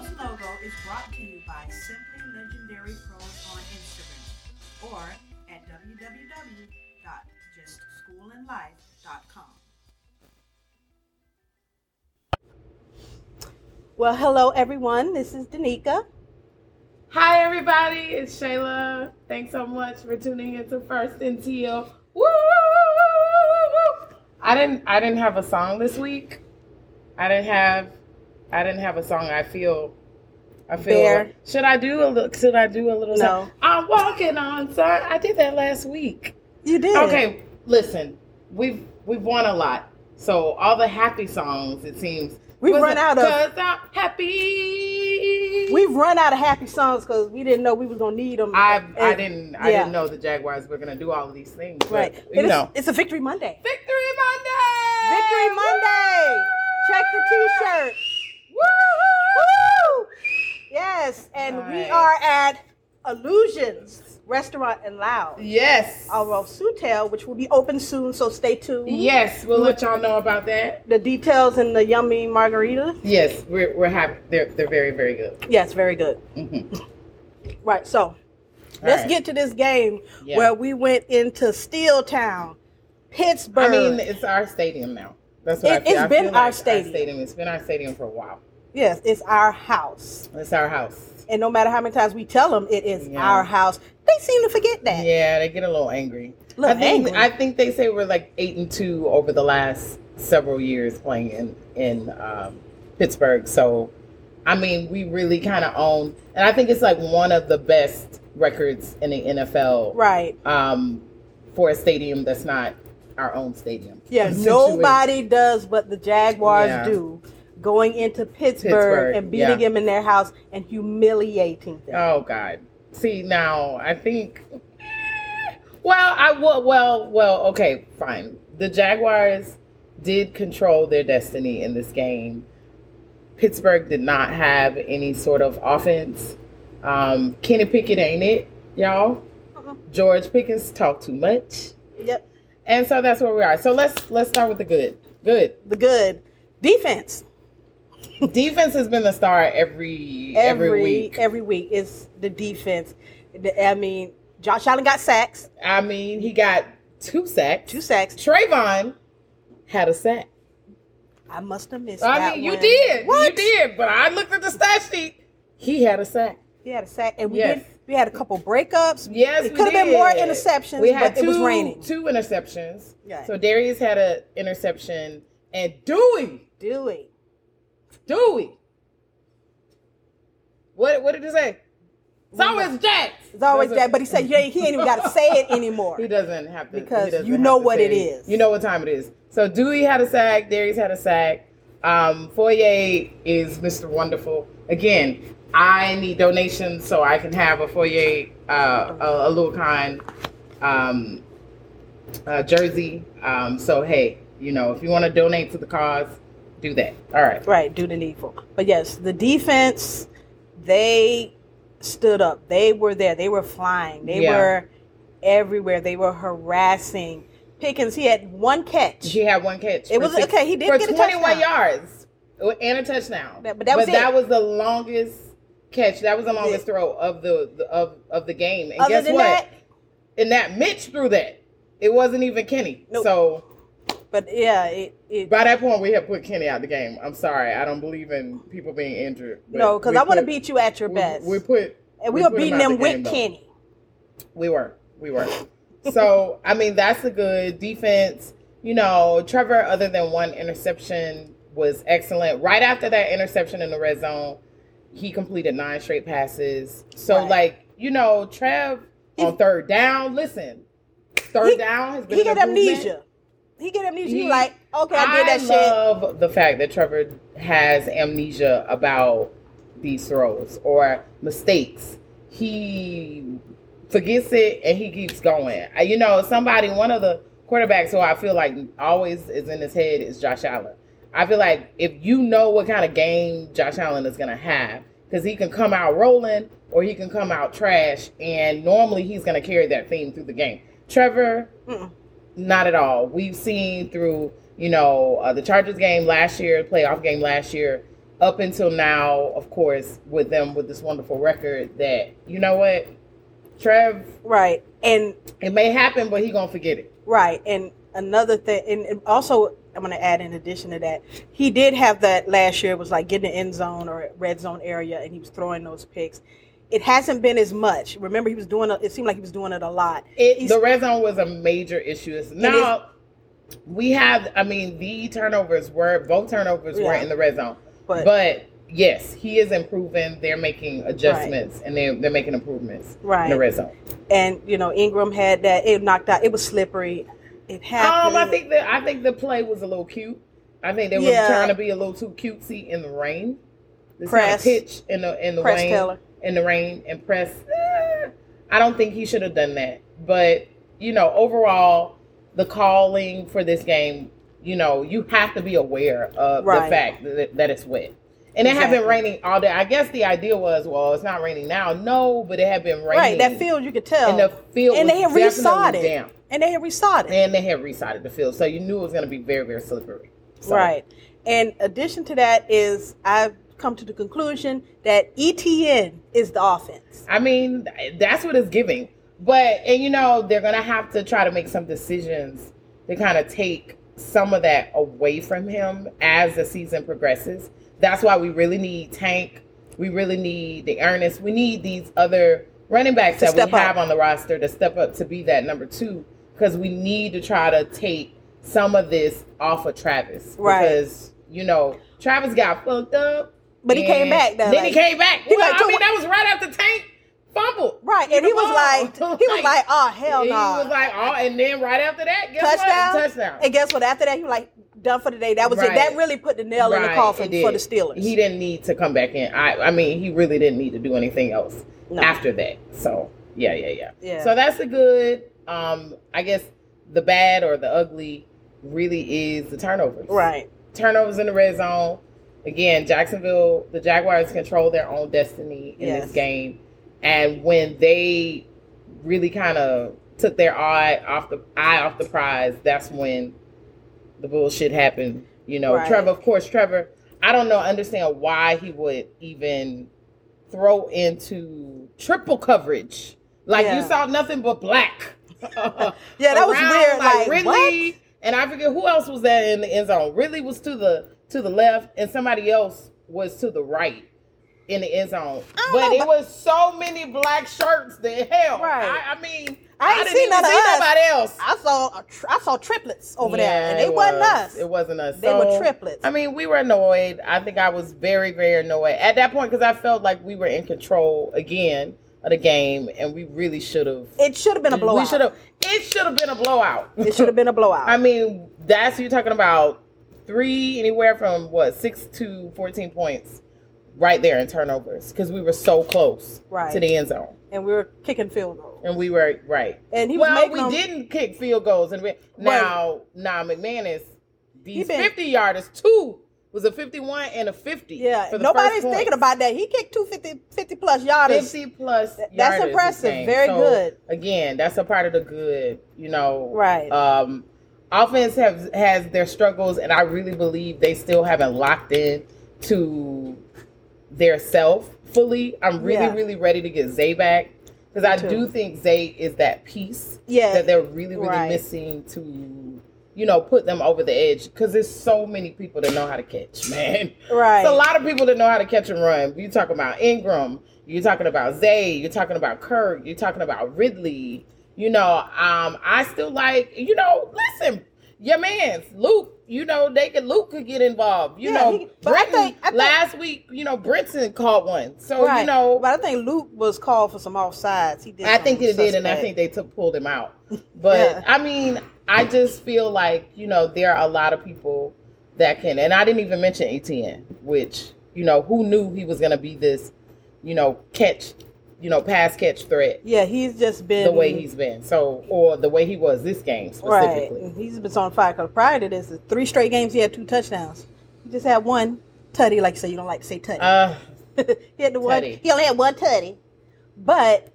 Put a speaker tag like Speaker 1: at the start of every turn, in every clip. Speaker 1: is brought to you by Simply Legendary Pros on Instagram or at www.justschoolandlife.com.
Speaker 2: Well, hello everyone. This is Danica.
Speaker 3: Hi, everybody. It's Shayla. Thanks so much for tuning in to First and Teal. Woo! I didn't. I didn't have a song this week. I didn't have. I didn't have a song. I feel. I feel.
Speaker 2: Fair.
Speaker 3: Should I do a little? Should I do a little?
Speaker 2: No.
Speaker 3: Song? I'm walking on sun. I did that last week.
Speaker 2: You did.
Speaker 3: Okay, listen. We've we've won a lot. So all the happy songs, it seems.
Speaker 2: We've run out of-
Speaker 3: Cause I'm happy.
Speaker 2: We've run out of happy songs because we didn't know we was gonna need them.
Speaker 3: I I
Speaker 2: And-
Speaker 3: didn't I
Speaker 2: yeah.
Speaker 3: didn't know the Jaguars were gonna do all of these things. But,
Speaker 2: Right.
Speaker 3: You
Speaker 2: It is-
Speaker 3: know.
Speaker 2: It's a victory Monday.
Speaker 3: Victory Monday.
Speaker 2: Victory Monday. Check the T-shirt. Woo! Yes, and we
Speaker 3: Nice.
Speaker 2: are at Illusions Restaurant and Lounge,
Speaker 3: Yes.
Speaker 2: our Sutel, which will be open soon. So stay tuned.
Speaker 3: Yes, we'll let y'all know about that.
Speaker 2: The details and the yummy margarita.
Speaker 3: Yes, we're we're happy. They're they're very very good.
Speaker 2: Yes, very good.
Speaker 3: Mhm.
Speaker 2: Right. So let's
Speaker 3: right.
Speaker 2: get to this game
Speaker 3: Yeah.
Speaker 2: where we went into Steel Town, Pittsburgh.
Speaker 3: I mean, it's our stadium now. That's what I
Speaker 2: It-
Speaker 3: feel.
Speaker 2: it's
Speaker 3: I
Speaker 2: been
Speaker 3: feel
Speaker 2: our
Speaker 3: like
Speaker 2: stadium.
Speaker 3: It's been our stadium for a while.
Speaker 2: yes, it's our house,
Speaker 3: It's our house.
Speaker 2: and no matter how many times we tell them it is
Speaker 3: Yeah.
Speaker 2: our house, they seem to forget that.
Speaker 3: Yeah, they get a little angry.
Speaker 2: Look,
Speaker 3: I think
Speaker 2: angry.
Speaker 3: I think they say we're like eight and two over the last several years playing in in um, Pittsburgh. So, I mean, we really kind of own, and I think it's like one of the best records in the NFL
Speaker 2: Right.
Speaker 3: um, for a stadium that's not our own stadium.
Speaker 2: Yeah.
Speaker 3: Situation.
Speaker 2: Nobody does what the Jaguars
Speaker 3: Yeah.
Speaker 2: do, going into Pittsburgh,
Speaker 3: Pittsburgh,
Speaker 2: and beating
Speaker 3: yeah.
Speaker 2: them in their house and humiliating them.
Speaker 3: Oh God. See now, I think. Well, I well well well. Okay, fine. The Jaguars did control their destiny in this game. Pittsburgh did not have any sort of offense. Um, Kenny Pickett ain't it, y'all.
Speaker 2: Uh-uh.
Speaker 3: George Pickens talked too much,
Speaker 2: Yep.
Speaker 3: and so that's where we are. So let's let's start with the good. Good
Speaker 2: The good defense.
Speaker 3: defense has been the star every every, week.
Speaker 2: every e- week is the defense. The- I mean, Josh Allen got sacks,
Speaker 3: I mean, he got two sacks.
Speaker 2: two sacks.
Speaker 3: Trayvon had a sack.
Speaker 2: I must have missed.
Speaker 3: I
Speaker 2: that
Speaker 3: mean, you
Speaker 2: one.
Speaker 3: did.
Speaker 2: What?
Speaker 3: You did. But I looked at the stat sheet. He had a sack.
Speaker 2: He had a sack, and we
Speaker 3: Yes.
Speaker 2: did. We had a couple breakups.
Speaker 3: Yes,
Speaker 2: it
Speaker 3: we
Speaker 2: could have been more
Speaker 3: did.
Speaker 2: interceptions.
Speaker 3: We had
Speaker 2: but
Speaker 3: two,
Speaker 2: it was raining.
Speaker 3: two interceptions.
Speaker 2: Yeah.
Speaker 3: So Darius had an interception, and Dewey,
Speaker 2: Dewey,
Speaker 3: Dewey. What what did he say? It's always Jax.
Speaker 2: it's always
Speaker 3: That's
Speaker 2: that.
Speaker 3: what-
Speaker 2: But he said, "Yeah, he ain't even got to say it anymore."
Speaker 3: He doesn't have to
Speaker 2: Because
Speaker 3: he doesn't
Speaker 2: you
Speaker 3: have
Speaker 2: know
Speaker 3: to
Speaker 2: what it
Speaker 3: say-
Speaker 2: is.
Speaker 3: You know what time it is. So Dewey had a sack. Darius had a sack. Um, Foyer is Mr. Wonderful again. I need donations so I can have a Foyer, uh, a, a Lucan, um, uh, jersey. Um, so hey, you know if you want to donate to the cause, do that. All right.
Speaker 2: Right, do the needful. But yes, the defense, they stood up. They were there. They were flying. They
Speaker 3: Yeah.
Speaker 2: were everywhere. They were harassing. Pickens, he had one catch.
Speaker 3: She had one catch.
Speaker 2: It
Speaker 3: for
Speaker 2: was- okay, he did
Speaker 3: for
Speaker 2: get a
Speaker 3: 21
Speaker 2: touchdown.
Speaker 3: yards Oh, and a touchdown.
Speaker 2: That- but that was it.
Speaker 3: the longest catch. That was the longest
Speaker 2: it.
Speaker 3: throw of the, the- of of the game. And
Speaker 2: Other
Speaker 3: guess
Speaker 2: than
Speaker 3: what?
Speaker 2: that,
Speaker 3: and that Mitch threw that. It wasn't even Kenny.
Speaker 2: Nope.
Speaker 3: So
Speaker 2: but yeah, it, it
Speaker 3: by that point, we had put Kenny out the game. I'm sorry, I don't believe in people being injured. but
Speaker 2: no, because
Speaker 3: we
Speaker 2: I want to
Speaker 3: put-
Speaker 2: beat you at your
Speaker 3: we-
Speaker 2: best,
Speaker 3: We, put
Speaker 2: and we,
Speaker 3: we
Speaker 2: were
Speaker 3: put him
Speaker 2: beating
Speaker 3: out
Speaker 2: them
Speaker 3: the game,
Speaker 2: with
Speaker 3: though.
Speaker 2: Kenny.
Speaker 3: We were. We were. So, I mean, that's a good defense. You know, Trevor, other than one interception, was excellent. Right after that interception in the red zone, he completed nine straight passes. So,
Speaker 2: Right.
Speaker 3: like, you know, Trev on
Speaker 2: He-
Speaker 3: third down, listen, third
Speaker 2: He-
Speaker 3: down has been
Speaker 2: He get
Speaker 3: an improvement.
Speaker 2: amnesia. He get amnesia. He
Speaker 3: He-
Speaker 2: like, okay, I,
Speaker 3: I,
Speaker 2: did that shit.
Speaker 3: love the fact that Trevor has amnesia about these throws or mistakes. He forgets it and he keeps going. I- You know, somebody, one of the quarterbacks who I feel like always is in his head is Josh Allen. I feel like if you know what kind of game Josh Allen is going to have, because he can come out rolling or he can come out trash, and normally he's going to carry that theme through the game. Trevor,
Speaker 2: Mm-mm.
Speaker 3: not at all. We've seen through, you know, uh, the Chargers game last year, playoff game last year, up until now, of course, with them with this wonderful record that you know what, Trev,
Speaker 2: Right. And
Speaker 3: it may happen, but he gonna forget it.
Speaker 2: Right. And another thing, and, and also, I'm going to add in addition to that, he did have that last year, was like getting the end zone or red zone area, and he was throwing those picks. It hasn't been as much. Remember, he was doing it, it seemed like he was doing it a lot.
Speaker 3: It
Speaker 2: He's-
Speaker 3: the red zone was a major issue. It's- Now we have, I mean, the turnovers were both turnovers were
Speaker 2: Yeah.
Speaker 3: in the red zone,
Speaker 2: But,
Speaker 3: but. Yes, he is improving. They're making adjustments and they're, they're making improvements in the
Speaker 2: right.
Speaker 3: red zone.
Speaker 2: And, you know, Ingram had that. It knocked out. It was slippery. It happened.
Speaker 3: Um, I think that I think the play was a little cute. I think they were
Speaker 2: Yeah.
Speaker 3: trying to be a little too cutesy in the rain. This
Speaker 2: Press.
Speaker 3: pitch in the in the
Speaker 2: Press
Speaker 3: rain
Speaker 2: Taylor.
Speaker 3: in the rain and press. eh, I don't think he should have done that. But you know, overall, the calling for this game, you know, you have to be aware of
Speaker 2: Right.
Speaker 3: the fact that, that it's wet. And it had been
Speaker 2: Exactly.
Speaker 3: raining all day. I guess the idea was, well, it's not raining now. No, but it had been raining.
Speaker 2: Right. That field, you could tell.
Speaker 3: and the field
Speaker 2: And
Speaker 3: was
Speaker 2: they had resawed
Speaker 3: definitely
Speaker 2: it.
Speaker 3: damp
Speaker 2: And they had resawed it.
Speaker 3: and they had resided the field, so you knew it was going to be very, very slippery. So,
Speaker 2: Right. And addition to that is I've come to the conclusion that ETN is the offense.
Speaker 3: I mean, th- that's what it's giving. But and you know they're going to have to try to make some decisions to kind of take some of that away from him as the season progresses. That's why we really need Tank. We really need the Ernest. We need these other running backs
Speaker 2: To
Speaker 3: that
Speaker 2: step
Speaker 3: we
Speaker 2: up.
Speaker 3: have on the roster to step up to be that number two because we need to try to take some of this off of Travis.
Speaker 2: Right.
Speaker 3: Because, you know, Travis got fucked up.
Speaker 2: But he came
Speaker 3: And
Speaker 2: back though.
Speaker 3: Then
Speaker 2: like-
Speaker 3: he came back.
Speaker 2: he
Speaker 3: Well,
Speaker 2: like
Speaker 3: I
Speaker 2: took-
Speaker 3: mean, that was right after Tank fumbled.
Speaker 2: Right. And he was like he was like, oh hell
Speaker 3: he
Speaker 2: no.
Speaker 3: was like, oh, and then right after that, guess
Speaker 2: touchdown.
Speaker 3: what? Touchdown.
Speaker 2: And guess what? After that he was like done for the day. That was it.
Speaker 3: Right.
Speaker 2: That really put the nail in the
Speaker 3: Right,
Speaker 2: coffin
Speaker 3: it
Speaker 2: for the
Speaker 3: did.
Speaker 2: Steelers.
Speaker 3: He didn't need to come back in. I, I mean, he really didn't need to do anything else
Speaker 2: No.
Speaker 3: after that. So yeah, yeah, yeah.
Speaker 2: Yeah.
Speaker 3: So that's the good. Um, I guess the bad or the ugly really is the turnovers.
Speaker 2: right.
Speaker 3: turnovers in the red zone. Again, Jacksonville, the Jaguars control their own destiny in
Speaker 2: Yes.
Speaker 3: this game. And when they really kind of took their eye off the eye off the prize, that's when the bullshit happened. You know,
Speaker 2: Right.
Speaker 3: Trevor, of course, Trevor, I don't know, understand why he would even throw into triple coverage. Like
Speaker 2: Yeah.
Speaker 3: you saw nothing but black.
Speaker 2: Yeah, that was
Speaker 3: around,
Speaker 2: weird. Like,
Speaker 3: Ridley, and I forget who else was that in the end zone. Ridley was to the to the left, and somebody else was to the right in the end zone.
Speaker 2: I don't
Speaker 3: But
Speaker 2: know,
Speaker 3: it
Speaker 2: but-
Speaker 3: was so many black shirts that hell,
Speaker 2: Right.
Speaker 3: I, I mean,
Speaker 2: I ain't
Speaker 3: didn't
Speaker 2: seen
Speaker 3: even
Speaker 2: none of
Speaker 3: see
Speaker 2: us.
Speaker 3: nobody else
Speaker 2: I saw a tr- I saw triplets over there.
Speaker 3: Yeah,
Speaker 2: And they
Speaker 3: it
Speaker 2: wasn't
Speaker 3: was.
Speaker 2: us.
Speaker 3: It wasn't us.
Speaker 2: They were
Speaker 3: So,
Speaker 2: triplets.
Speaker 3: I mean, we were annoyed. I think I was very, very annoyed at that point because I felt like we were in control again of the game, and we really should have.
Speaker 2: it should have been a blowout.
Speaker 3: We should have. It should have been a blowout.
Speaker 2: it should have been a blowout.
Speaker 3: I mean, that's you're talking about three anywhere from what six to fourteen points, right there in turnovers because we were so close
Speaker 2: Right.
Speaker 3: to the end zone,
Speaker 2: and we were kicking field goals.
Speaker 3: and we were right.
Speaker 2: And he was
Speaker 3: well,
Speaker 2: making
Speaker 3: we
Speaker 2: them-
Speaker 3: didn't kick field goals, and we, now now McManus these
Speaker 2: been-
Speaker 3: fifty yarders two was a fifty one and a fifty.
Speaker 2: Yeah,
Speaker 3: for the
Speaker 2: nobody's
Speaker 3: first point.
Speaker 2: thinking about that. He kicked 250 50 plus yarders.
Speaker 3: fifty plus.
Speaker 2: That's
Speaker 3: yarders this
Speaker 2: impressive.
Speaker 3: game.
Speaker 2: Very
Speaker 3: So,
Speaker 2: good.
Speaker 3: Again, that's a part of the good. You know,
Speaker 2: Right.
Speaker 3: Um, offense has has their struggles, and I really believe they still haven't locked in to their self fully. I'm really,
Speaker 2: Yeah.
Speaker 3: really ready to get Zay back because I
Speaker 2: too.
Speaker 3: do think Zay is that piece
Speaker 2: Yeah.
Speaker 3: that they're really, really
Speaker 2: Right.
Speaker 3: missing to. You know, put them over the edge because there's so many people that know how to catch, man.
Speaker 2: right.
Speaker 3: It's a lot of people that know how to catch and run. You talking about Ingram, you're talking about Zay, you're talking about Kirk, you're talking about Ridley. You know, um, I still like, you know, listen, your man's Luke. You know, they could Luke could get involved. You
Speaker 2: Yeah,
Speaker 3: know,
Speaker 2: he- but I
Speaker 3: Britton-
Speaker 2: think- I think-
Speaker 3: last week, you know, Brinson caught one. So
Speaker 2: Right.
Speaker 3: you know,
Speaker 2: but I think Luke was called for some offsides. He did.
Speaker 3: I think
Speaker 2: something
Speaker 3: it did, and I
Speaker 2: suspect.
Speaker 3: think they took pulled him out. But
Speaker 2: Yeah.
Speaker 3: I mean, I just feel like you know there are a lot of people that can, and I didn't even mention ATN, which you know who knew he was going to be this, you know, catch, you know, pass catch threat
Speaker 2: Yeah, he's just been
Speaker 3: the way he's been. So or the way he was this game
Speaker 2: Mm-hmm. right.
Speaker 3: specifically.
Speaker 2: He's been on fire. 'cause prior to this, the three straight games he had two touchdowns. He just had one tutty, like you say. You don't like to say tutty.
Speaker 3: Uh,
Speaker 2: he had the one.
Speaker 3: tutty.
Speaker 2: He only had one tutty, but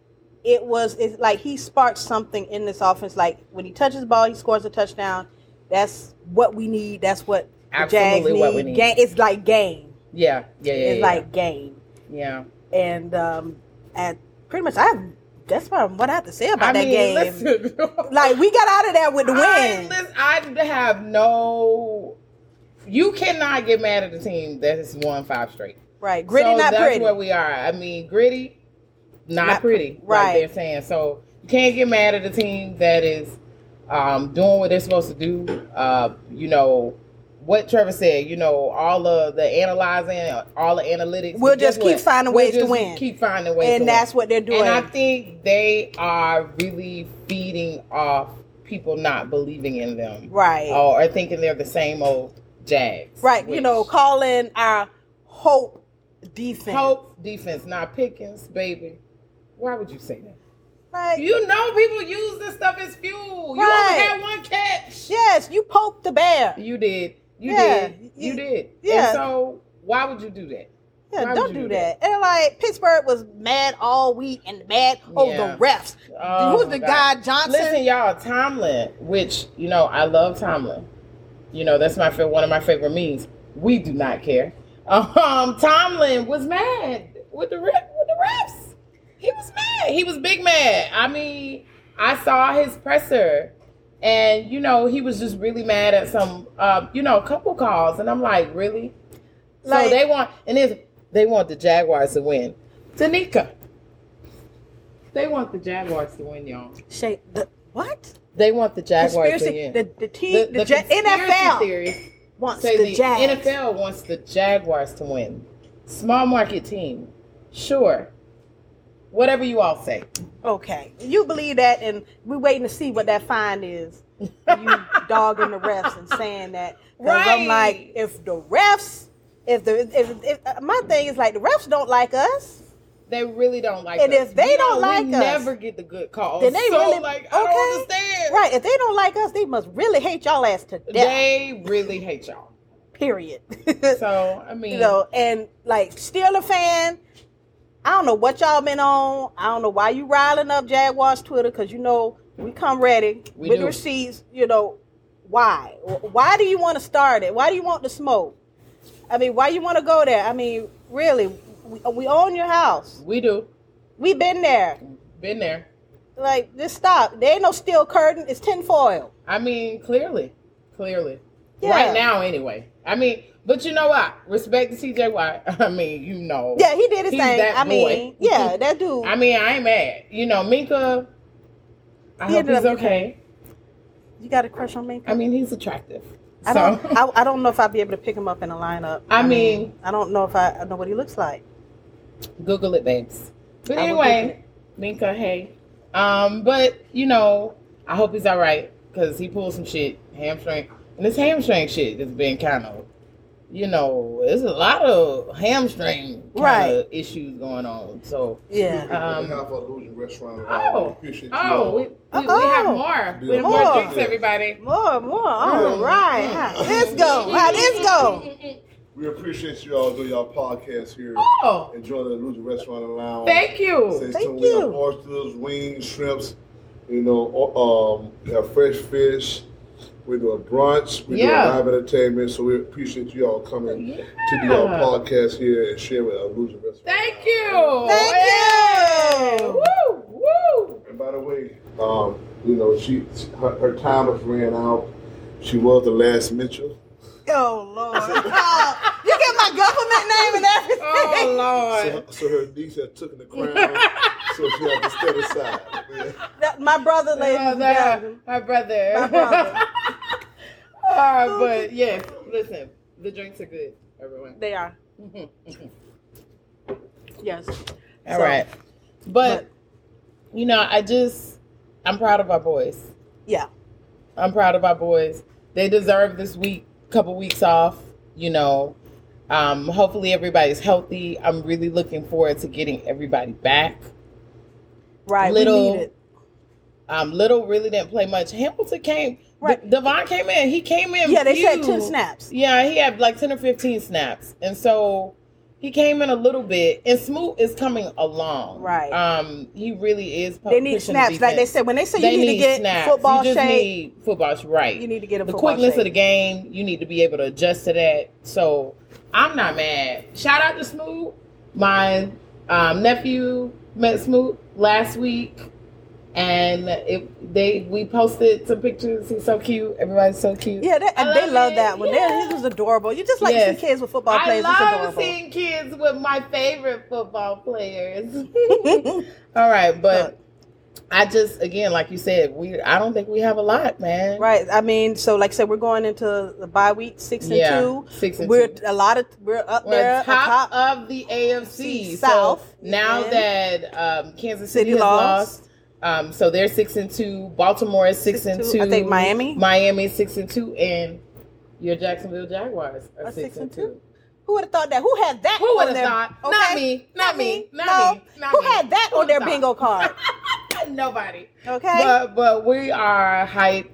Speaker 2: it was it's like he sparked something in this offense. Like when he touches the ball, he scores a touchdown. That's what we need. That's what the Jags
Speaker 3: Absolutely what we need.
Speaker 2: Ga- it's like game.
Speaker 3: Yeah, yeah, yeah.
Speaker 2: It's
Speaker 3: yeah,
Speaker 2: like game.
Speaker 3: yeah.
Speaker 2: And um, at pretty much, I have, that's about what I have to say about
Speaker 3: I
Speaker 2: that
Speaker 3: mean,
Speaker 2: game.
Speaker 3: listen,
Speaker 2: Like we got out of that with the
Speaker 3: I,
Speaker 2: win.
Speaker 3: listen, I have no. You cannot get mad at the team that has won five straight.
Speaker 2: Right, gritty,
Speaker 3: so
Speaker 2: not
Speaker 3: that's
Speaker 2: pretty.
Speaker 3: where we are. I mean, gritty, not,
Speaker 2: Not
Speaker 3: pretty.
Speaker 2: pre-
Speaker 3: Right.
Speaker 2: right.
Speaker 3: they're saying. So you can't get mad at a team that is um, doing what they're supposed to do. Uh, you know what Trevor said. You know all of the analyzing, all the analytics.
Speaker 2: We'll
Speaker 3: But guess
Speaker 2: just keep
Speaker 3: what?
Speaker 2: finding
Speaker 3: We'll
Speaker 2: ways to
Speaker 3: just
Speaker 2: win.
Speaker 3: Keep finding ways. to
Speaker 2: and
Speaker 3: win.
Speaker 2: that's what they're doing.
Speaker 3: And I think they are really feeding off people not believing in them,
Speaker 2: right.
Speaker 3: or, or thinking they're the same old Jags.
Speaker 2: right. You know,
Speaker 3: which-
Speaker 2: calling our hope defense.
Speaker 3: Hope defense, not Pickens, baby. Why would you say that?
Speaker 2: Like,
Speaker 3: You know people use this stuff as fuel. You
Speaker 2: Right.
Speaker 3: only had one catch.
Speaker 2: yes, you poked the bear.
Speaker 3: You did. You
Speaker 2: Yeah.
Speaker 3: did. You
Speaker 2: You-
Speaker 3: did.
Speaker 2: yeah.
Speaker 3: And so why would you do that? Why
Speaker 2: Yeah,
Speaker 3: would
Speaker 2: don't
Speaker 3: you do
Speaker 2: do that. And like Pittsburgh was mad all week and mad over
Speaker 3: Yeah.
Speaker 2: the refs.
Speaker 3: Oh,
Speaker 2: Who's
Speaker 3: my
Speaker 2: the
Speaker 3: God.
Speaker 2: guy Johnson?
Speaker 3: Listen, y'all, Tomlin, which you know I love Tomlin. You know that's my fa- one of my favorite memes. We do not care. Um, Tomlin was mad with the rep, with the refs. He was mad. He was big mad. I mean, I saw his presser, and you know he was just really mad at some, uh, you know, couple calls, and I'm like, really? so
Speaker 2: Like-
Speaker 3: they want, and it's, they want the Jaguars to win. Tanika. They want the Jaguars to win, y'all.
Speaker 2: Shay, the, what?
Speaker 3: They want the Jaguars to
Speaker 2: Conspiracy.
Speaker 3: win.
Speaker 2: The, the team, the, Ja-
Speaker 3: conspiracy
Speaker 2: NFL
Speaker 3: theories
Speaker 2: wants
Speaker 3: say
Speaker 2: the,
Speaker 3: the,
Speaker 2: Jags.
Speaker 3: NFL wants the Jaguars to win. Small market team, sure. Whatever you all say.
Speaker 2: Okay, you believe that, and we're waiting to see what that fine is. You dogging the refs and saying that because I'm
Speaker 3: Right.
Speaker 2: like, if the refs, if the if, if uh, my thing is like the refs don't like us,
Speaker 3: They really don't like
Speaker 2: And
Speaker 3: us.
Speaker 2: if they
Speaker 3: You
Speaker 2: don't
Speaker 3: know,
Speaker 2: like
Speaker 3: we
Speaker 2: us,
Speaker 3: never get the good calls.
Speaker 2: then they
Speaker 3: so,
Speaker 2: really
Speaker 3: like
Speaker 2: okay,
Speaker 3: I don't understand.
Speaker 2: right? If they don't like us, they must really hate y'all ass to death.
Speaker 3: They really hate y'all.
Speaker 2: period.
Speaker 3: So I mean
Speaker 2: you know, and like still a fan. I don't know what y'all been on. I don't know why you riling up Jaguars Twitter because you know we come ready
Speaker 3: We
Speaker 2: with
Speaker 3: do.
Speaker 2: receipts. You know why? Why do you want to start it? Why do you want the smoke? I mean, why you want to go there? I mean, really, we, we own your house.
Speaker 3: we do.
Speaker 2: We been there.
Speaker 3: Been there.
Speaker 2: Like just stop. There ain't no steel curtain. It's tinfoil.
Speaker 3: I mean, clearly, clearly,
Speaker 2: Yeah.
Speaker 3: right now, anyway. I mean, but you know what? Respect to TJ Watt. I mean, you know.
Speaker 2: Yeah, he did his
Speaker 3: He's
Speaker 2: thing.
Speaker 3: that
Speaker 2: I
Speaker 3: boy.
Speaker 2: mean, yeah, that dude.
Speaker 3: I mean, I ain't mad. You know, Minka. I
Speaker 2: He
Speaker 3: hope
Speaker 2: ended
Speaker 3: he's
Speaker 2: up-
Speaker 3: okay.
Speaker 2: you got a crush on me?
Speaker 3: I mean, he's attractive.
Speaker 2: I
Speaker 3: so
Speaker 2: don't. I, I don't know if I'd be able to pick him up in a lineup.
Speaker 3: I mean-
Speaker 2: I don't know if I, I know what he looks like.
Speaker 3: Google it, babes. But
Speaker 2: I will
Speaker 3: anyway, Minka, hey. Um, but you know, I hope he's all right because he pulled some shit hamstring, and this hamstring shit has been kind of, you know, it's a lot of hamstring kind
Speaker 2: Right.
Speaker 3: of issues going on. So
Speaker 2: Yeah.
Speaker 3: Um,
Speaker 4: we have a losing restaurant. uh,
Speaker 3: Oh,
Speaker 4: we appreciate you
Speaker 3: oh,
Speaker 4: all.
Speaker 3: we, we, we have
Speaker 2: Oh.
Speaker 3: more. We have
Speaker 2: More.
Speaker 3: more drinks, everybody.
Speaker 2: More, more. All
Speaker 3: Mm-hmm.
Speaker 4: Mm,
Speaker 2: right.
Speaker 4: mm,
Speaker 2: How
Speaker 4: mm,
Speaker 2: this
Speaker 4: mm,
Speaker 2: go?
Speaker 4: mm,
Speaker 2: How this go?
Speaker 4: we appreciate you all doing your podcast here.
Speaker 3: Oh,
Speaker 4: Enjoy the losing restaurant and lounge.
Speaker 3: thank you.
Speaker 4: Say
Speaker 2: Thank
Speaker 4: some we have
Speaker 2: you.
Speaker 4: oysters, wings, shrimps. You know, o- um, we have fresh fish. We do a brunch. We
Speaker 3: Yeah.
Speaker 4: do a live entertainment. So we appreciate you all coming to do our
Speaker 3: Yeah.
Speaker 4: podcast here and share with our losing restaurant.
Speaker 3: Thank you.
Speaker 2: Thank you.
Speaker 3: Woo, woo.
Speaker 4: And by the way, um, you know, she her, her time was ran out. She was the last Mitchell.
Speaker 2: Oh Lord. Oh, you get my government name and everything.
Speaker 3: Oh
Speaker 4: So,
Speaker 3: Lord.
Speaker 4: so her niece had taken the crown, so she had to step aside. Yeah.
Speaker 3: Oh.
Speaker 2: That- my brother, ladies
Speaker 3: My
Speaker 2: and
Speaker 3: brother.
Speaker 2: gentlemen.
Speaker 3: My brother.
Speaker 2: My brother.
Speaker 3: All right, but yes, listen, the drinks are good, everyone.
Speaker 2: They are. Yes.
Speaker 3: All
Speaker 2: So-
Speaker 3: right, but you know, I just I'm proud of our boys.
Speaker 2: Yeah.
Speaker 3: I'm proud of our boys. They deserve this week, couple weeks off. You know, um, hopefully everybody's healthy. I'm really looking forward to getting everybody back.
Speaker 2: Right.
Speaker 3: Little-
Speaker 2: we need it.
Speaker 3: Um, Little really didn't play much. Hamilton came.
Speaker 2: Right.
Speaker 3: D- Devon came in. He came in.
Speaker 2: Yeah, they said
Speaker 3: few.
Speaker 2: ten snaps.
Speaker 3: Yeah, he had like ten or fifteen snaps, and so he came in a little bit. And Smoot is coming along.
Speaker 2: Right.
Speaker 3: Um, he really is. pu-
Speaker 2: They need
Speaker 3: pushing the
Speaker 2: snaps. Like they
Speaker 3: defense.
Speaker 2: said, when they say
Speaker 3: They
Speaker 2: you need, to get
Speaker 3: snaps.
Speaker 2: football
Speaker 3: you just
Speaker 2: shape,
Speaker 3: Need football, right?
Speaker 2: you need to get a
Speaker 3: the
Speaker 2: football
Speaker 3: quickness
Speaker 2: shape.
Speaker 3: of the game. You need to be able to adjust to that. So I'm not mad. Shout out to Smoot. My um, nephew met Smoot last week, and it, they we posted some pictures. He's so cute. Everybody's so cute.
Speaker 2: Yeah, they,
Speaker 3: I
Speaker 2: they
Speaker 3: love
Speaker 2: love
Speaker 3: it.
Speaker 2: that one.
Speaker 3: Yeah.
Speaker 2: They, it was adorable. You just like to
Speaker 3: Yes.
Speaker 2: see kids with football
Speaker 3: I
Speaker 2: players. It's
Speaker 3: love
Speaker 2: adorable.
Speaker 3: seeing kids with my favorite football players. All right, but I just again, like you said, we I don't think we have a lot, man.
Speaker 2: right. I mean, so like I said, we're going into the bye week six and
Speaker 3: Yeah,
Speaker 2: 2
Speaker 3: six and
Speaker 2: we're
Speaker 3: two.
Speaker 2: a lot of we're up
Speaker 3: We're
Speaker 2: there
Speaker 3: top,
Speaker 2: atop
Speaker 3: of the AFC
Speaker 2: South,
Speaker 3: So now
Speaker 2: and-
Speaker 3: that um, Kansas
Speaker 2: city
Speaker 3: City, has
Speaker 2: lost.
Speaker 3: lost, um, so they're six and two. Baltimore is six,
Speaker 2: Six
Speaker 3: and
Speaker 2: two.
Speaker 3: two.
Speaker 2: I think Miami?
Speaker 3: Miami is six and two, and your Jacksonville Jaguars are
Speaker 2: Are
Speaker 3: six, and, two.
Speaker 2: Who would have thought that? Who had that?
Speaker 3: Who
Speaker 2: on
Speaker 3: would have
Speaker 2: their-
Speaker 3: thought?
Speaker 2: okay?
Speaker 3: Not me. Not me. Not
Speaker 2: no.
Speaker 3: me. Not
Speaker 2: Who
Speaker 3: me.
Speaker 2: had that
Speaker 3: Who
Speaker 2: on their
Speaker 3: thought?
Speaker 2: bingo card?
Speaker 3: Nobody.
Speaker 2: Okay.
Speaker 3: But but we are hype.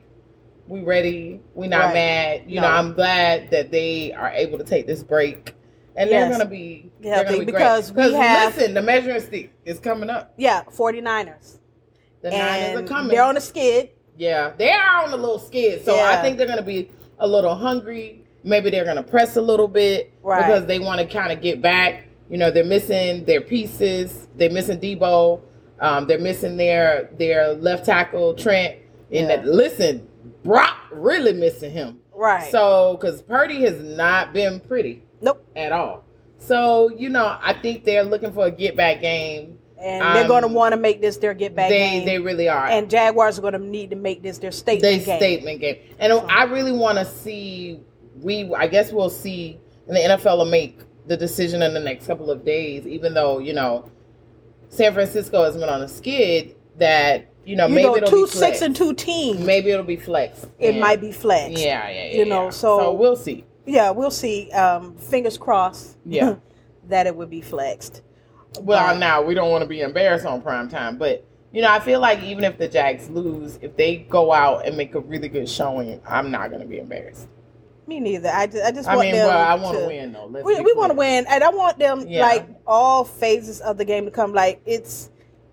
Speaker 3: We ready. We not
Speaker 2: Right.
Speaker 3: mad. You know,
Speaker 2: No.
Speaker 3: I'm glad that they are able to take this break. And
Speaker 2: Yes.
Speaker 3: they're gonna be
Speaker 2: Yeah,
Speaker 3: they're gonna
Speaker 2: be-
Speaker 3: be
Speaker 2: because we
Speaker 3: great.
Speaker 2: have-
Speaker 3: listen, the measuring stick is coming up.
Speaker 2: yeah, 49ers.
Speaker 3: The
Speaker 2: and
Speaker 3: Niners are coming.
Speaker 2: they're on a skid.
Speaker 3: yeah, they are on a little skid. So
Speaker 2: Yeah.
Speaker 3: I think they're gonna be a little hungry. Maybe they're gonna press a little bit
Speaker 2: Right.
Speaker 3: because they want to kind of get back. You know, they're missing their pieces. They're missing Debo. Um, they're missing their their left tackle Trent. And
Speaker 2: Yeah.
Speaker 3: that, listen, Brock really missing him.
Speaker 2: Right.
Speaker 3: So, because Purdy has not been pretty
Speaker 2: nope.
Speaker 3: at all. So, you know, I think they're looking for a get back game.
Speaker 2: And they're
Speaker 3: I'm-
Speaker 2: going to want to make this their get back
Speaker 3: um, they
Speaker 2: game.
Speaker 3: they really are.
Speaker 2: and Jaguars are going to need to make this their statement
Speaker 3: they
Speaker 2: game.
Speaker 3: statement game. And I really want to see. We I guess we'll see. And the NFL will make the decision in the next couple of days. Even though you know, San Francisco has been on a skid. That you know,
Speaker 2: you
Speaker 3: maybe
Speaker 2: know,
Speaker 3: it'll
Speaker 2: two
Speaker 3: be flex.
Speaker 2: six and two teams.
Speaker 3: Maybe it'll be flex.
Speaker 2: It
Speaker 3: And-
Speaker 2: might be flex.
Speaker 3: Yeah, yeah, yeah.
Speaker 2: You know,
Speaker 3: yeah.
Speaker 2: so-
Speaker 3: we'll see.
Speaker 2: Yeah, we'll see. Um, fingers crossed.
Speaker 3: Yeah.
Speaker 2: that it would be flexed.
Speaker 3: Well,
Speaker 2: But-
Speaker 3: now we don't want to be embarrassed on prime time, but you know, I feel like even if the Jags lose, if they go out and make a really good showing, I'm not going to be embarrassed.
Speaker 2: Me neither. I just, I just
Speaker 3: I
Speaker 2: want
Speaker 3: mean,
Speaker 2: them
Speaker 3: well, I want to
Speaker 2: to
Speaker 3: win though. Let's
Speaker 2: We,
Speaker 3: be
Speaker 2: we want to
Speaker 3: clear.
Speaker 2: win, and I want them
Speaker 3: Yeah.
Speaker 2: like all phases of the game to come. Like it's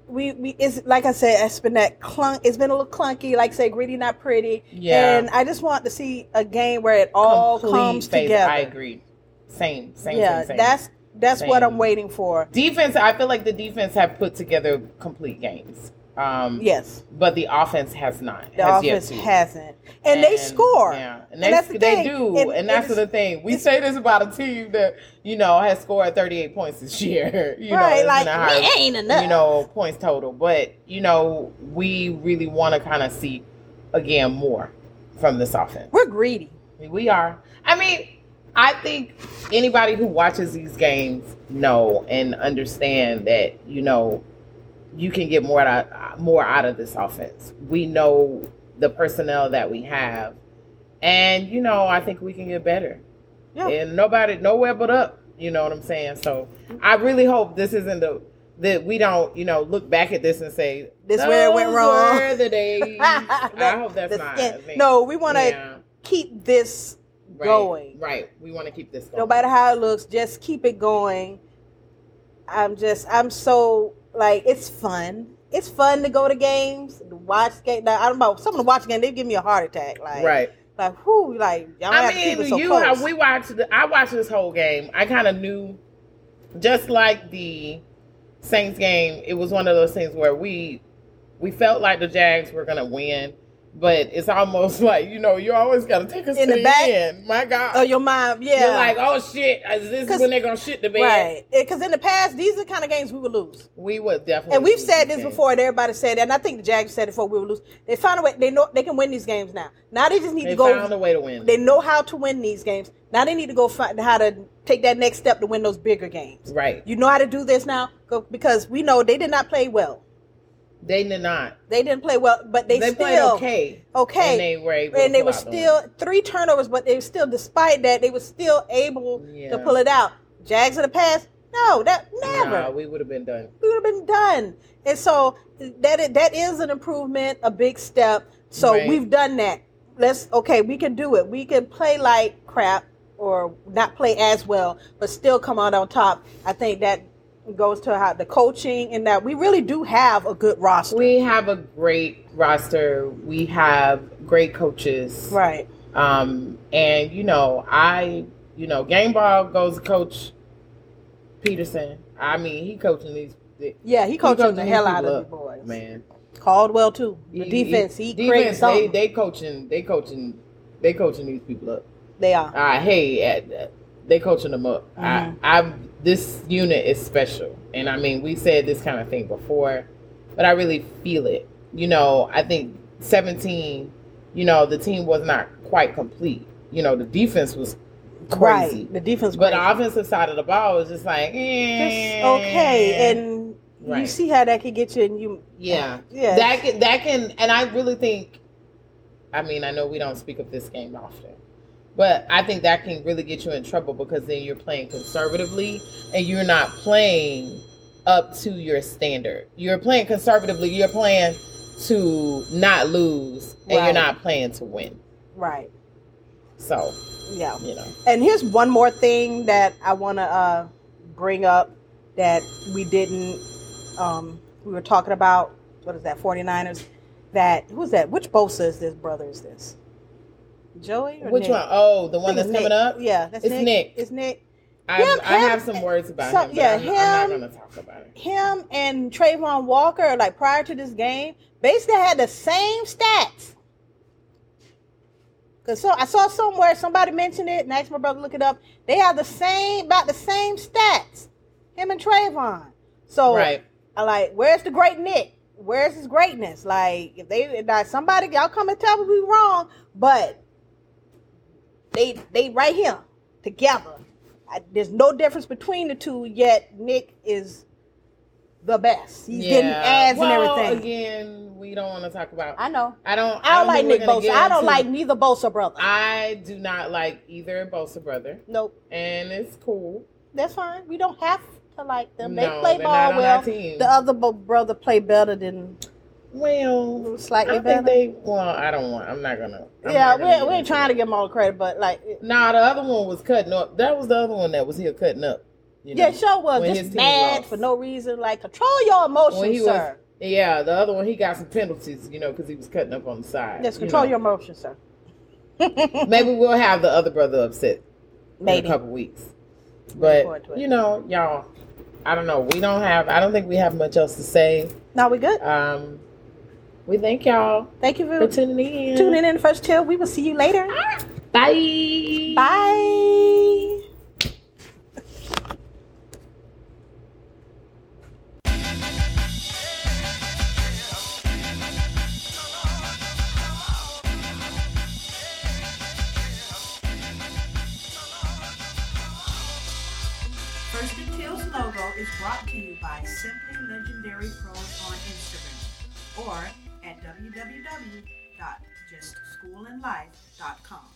Speaker 2: we we it's like I said, it's been that clunk. It's been a little clunky. Like say, gritty, not pretty.
Speaker 3: Yeah.
Speaker 2: And I just want to see a game where it all
Speaker 3: Complete
Speaker 2: comes
Speaker 3: phase.
Speaker 2: together.
Speaker 3: I agree. Same, same,
Speaker 2: yeah,
Speaker 3: same, same.
Speaker 2: that's that's what
Speaker 3: Same.
Speaker 2: I'm waiting for.
Speaker 3: defense. I feel like the defense have put together complete games. Um,
Speaker 2: Yes,
Speaker 3: but the offense has not.
Speaker 2: the
Speaker 3: has yet
Speaker 2: offense
Speaker 3: to.
Speaker 2: hasn't, and, they score.
Speaker 3: Yeah, and,
Speaker 2: And
Speaker 3: they,
Speaker 2: that's the
Speaker 3: they
Speaker 2: thing.
Speaker 3: do,
Speaker 2: And-
Speaker 3: and that's
Speaker 2: and
Speaker 3: the thing. We say this about a team that you know has scored 38 points this year. You know,
Speaker 2: right?
Speaker 3: it's
Speaker 2: like
Speaker 3: been a higher,
Speaker 2: it ain't enough.
Speaker 3: You know, points total, but you know, we really want to kind of see again more from this offense.
Speaker 2: we're greedy.
Speaker 3: We are. I mean, I think anybody who watches these games know and understand that you know you can get more out more out of this offense. We know the personnel that we have, and you know I think we can get better.
Speaker 2: Yeah.
Speaker 3: And nobody, nowhere but up. You know what I'm saying? So I really hope this isn't the that we don't you know look back at this and say
Speaker 2: This where it went
Speaker 3: "Those
Speaker 2: wrong."
Speaker 3: were the days. I hope that's
Speaker 2: The-
Speaker 3: not.
Speaker 2: yeah,
Speaker 3: I mean,
Speaker 2: no, we want to
Speaker 3: yeah.
Speaker 2: keep this
Speaker 3: Right,
Speaker 2: going.
Speaker 3: Right. We want to keep this going.
Speaker 2: no matter how it looks just keep it going i'm just i'm so like it's fun it's fun to go to games to watch game now, i don't know someone to watch a game they give me a heart attack like
Speaker 3: Right.
Speaker 2: like who like y'all have
Speaker 3: I
Speaker 2: to keep
Speaker 3: mean,
Speaker 2: it so
Speaker 3: you
Speaker 2: close.
Speaker 3: have, we watched. The, I watched this whole game. I kind of knew, just like the Saints game. It was one of those things where we we felt like the Jags were gonna win, but it's almost like you know you always gotta take us
Speaker 2: In
Speaker 3: to
Speaker 2: the
Speaker 3: the,
Speaker 2: back?
Speaker 3: end. My God.
Speaker 2: oh your mom yeah
Speaker 3: You're like, oh shit! Is this is
Speaker 2: 'Cause-
Speaker 3: when they're gonna shit the bed?
Speaker 2: right because in the past these are the kind of games we would lose
Speaker 3: We would definitely.
Speaker 2: and we've
Speaker 3: lose
Speaker 2: said this
Speaker 3: game.
Speaker 2: before and everybody said that and i think the jags said it before we would lose they found a way they know they can win these games now now they just need
Speaker 3: They
Speaker 2: to go
Speaker 3: found a way to win.
Speaker 2: they know how to win these games. Now they need to go find how to take that next step to win those bigger games.
Speaker 3: right.
Speaker 2: You know how to do this now go, because we know they did not play well.
Speaker 3: They did not.
Speaker 2: They didn't play well, but they,
Speaker 3: played
Speaker 2: still
Speaker 3: okay.
Speaker 2: okay.
Speaker 3: And they were able.
Speaker 2: And
Speaker 3: to
Speaker 2: they
Speaker 3: pull
Speaker 2: were
Speaker 3: out the win.
Speaker 2: still three turnovers, but they were still, despite that, they were still able
Speaker 3: Yeah.
Speaker 2: to pull it out. Jags in the past, no, that never.
Speaker 3: Nah, we would have been done.
Speaker 2: we would have been done. And so that i- that is an improvement, a big step. So
Speaker 3: Right.
Speaker 2: we've done that. Let's okay, we can do it. We can play like crap or not play as well, but still come out on top. I think that goes to how the coaching and that we really do have a good roster.
Speaker 3: We have a great roster. We have great coaches.
Speaker 2: right.
Speaker 3: Um, and you know, I You know, game ball goes to Coach Peterson. I mean, he coaching these the-
Speaker 2: Yeah, he
Speaker 3: coaching
Speaker 2: coaching the
Speaker 3: these
Speaker 2: hell out of
Speaker 3: people up,
Speaker 2: the boys.
Speaker 3: man.
Speaker 2: Caldwell too. The
Speaker 3: He-
Speaker 2: defense, he creates
Speaker 3: defense. They,
Speaker 2: something. They,
Speaker 3: they coaching. They coaching. They coaching these people up.
Speaker 2: are.
Speaker 3: Uh, hey, at, uh, they coaching them up.
Speaker 2: Mhm.
Speaker 3: I, I, this unit is special, and I mean, we said this kind of thing before, but I really feel it. You know, I think seventeen. You know, the team was not quite complete. You know, the defense was crazy,
Speaker 2: Right. The defense
Speaker 3: but
Speaker 2: crazy.
Speaker 3: the offensive side of the ball was just like, eh.
Speaker 2: Just okay. And you
Speaker 3: Right.
Speaker 2: see how that could get you and you
Speaker 3: yeah,
Speaker 2: Yeah.
Speaker 3: that can, that can, and I really think, I mean, I know we don't speak of this game often, but I think that can really get you in trouble because then you're playing conservatively and you're not playing up to your standard. You're playing conservatively. You're playing to not lose, and
Speaker 2: Right.
Speaker 3: you're not playing to win.
Speaker 2: right.
Speaker 3: So
Speaker 2: Yeah.
Speaker 3: you know,
Speaker 2: And here's one more thing that I want to uh, bring up that we didn't. Um, we were talking about what is that 49ers? That who's that? Which Bosa is this? Brother is this? Joey? Or
Speaker 3: which
Speaker 2: Nick?
Speaker 3: one? Oh, the one
Speaker 2: I think
Speaker 3: that's
Speaker 2: it's
Speaker 3: coming
Speaker 2: Nick.
Speaker 3: up.
Speaker 2: Yeah, that's
Speaker 3: It's Nick.
Speaker 2: It's Nick.
Speaker 3: I,
Speaker 2: Him-
Speaker 3: I have
Speaker 2: him-
Speaker 3: some words about
Speaker 2: so-
Speaker 3: him. But
Speaker 2: yeah,
Speaker 3: I'm, I'm
Speaker 2: him-
Speaker 3: not going to talk about it.
Speaker 2: Him and Trayvon Walker, like prior to this game, basically had the same stats. Cause so I saw somewhere somebody mentioned it, and I asked my brother to look it up. They have the same, about the same stats. Him and Trayvon. So
Speaker 3: Right.
Speaker 2: I like, where's the great Nick? Where's his greatness? Like, if they like somebody, y'all come and tell me we wrong, but they they right here together. I, there's no difference between the two. Yet Nick is the best. He's getting ads
Speaker 3: Well,
Speaker 2: and everything.
Speaker 3: Again, we don't want to talk about.
Speaker 2: I know.
Speaker 3: I don't.
Speaker 2: I don't
Speaker 3: know
Speaker 2: like
Speaker 3: we're
Speaker 2: Nick
Speaker 3: gonna
Speaker 2: Bosa.
Speaker 3: get
Speaker 2: I don't
Speaker 3: into-
Speaker 2: like neither Bosa brother.
Speaker 3: I do not like either Bosa brother,
Speaker 2: nope,
Speaker 3: and it's cool.
Speaker 2: that's fine. We don't have to like them. They
Speaker 3: No,
Speaker 2: play
Speaker 3: they're
Speaker 2: ball
Speaker 3: not on
Speaker 2: well.
Speaker 3: our team.
Speaker 2: The other bo- brother play better than
Speaker 3: Well, I
Speaker 2: slightly
Speaker 3: think
Speaker 2: better.
Speaker 3: they. Well, I don't want. I'm not gonna. I'm
Speaker 2: yeah,
Speaker 3: not gonna
Speaker 2: we
Speaker 3: get
Speaker 2: we ain't
Speaker 3: into
Speaker 2: trying
Speaker 3: it.
Speaker 2: to give them all the credit, but like, it-
Speaker 3: Nah, the other one was cutting up. That was the other one that was here cutting up. You know?
Speaker 2: yeah, sure was
Speaker 3: when his
Speaker 2: just
Speaker 3: team
Speaker 2: mad
Speaker 3: lost.
Speaker 2: for no reason. Like, control your
Speaker 3: When
Speaker 2: emotions,
Speaker 3: he was-
Speaker 2: sir.
Speaker 3: Yeah, the other one he got some penalties, you know, because he was cutting up on the side.
Speaker 2: Just
Speaker 3: you
Speaker 2: control
Speaker 3: know.
Speaker 2: your emotions, sir.
Speaker 3: Maybe we'll have the other brother upset in
Speaker 2: Maybe
Speaker 3: a couple weeks.
Speaker 2: forward
Speaker 3: But
Speaker 2: to it.
Speaker 3: you know, y'all, I don't know. We don't have. I don't think we have much else to say.
Speaker 2: now we good.
Speaker 3: Um, we thank y'all
Speaker 2: Thank you for
Speaker 3: for tuning in.
Speaker 2: tuning in, first till. We will see you later.
Speaker 3: Bye.
Speaker 2: Bye.
Speaker 1: First and Till's logo is brought to you by Simply Legendary Pros on Instagram or at www.justschoolandlife.com.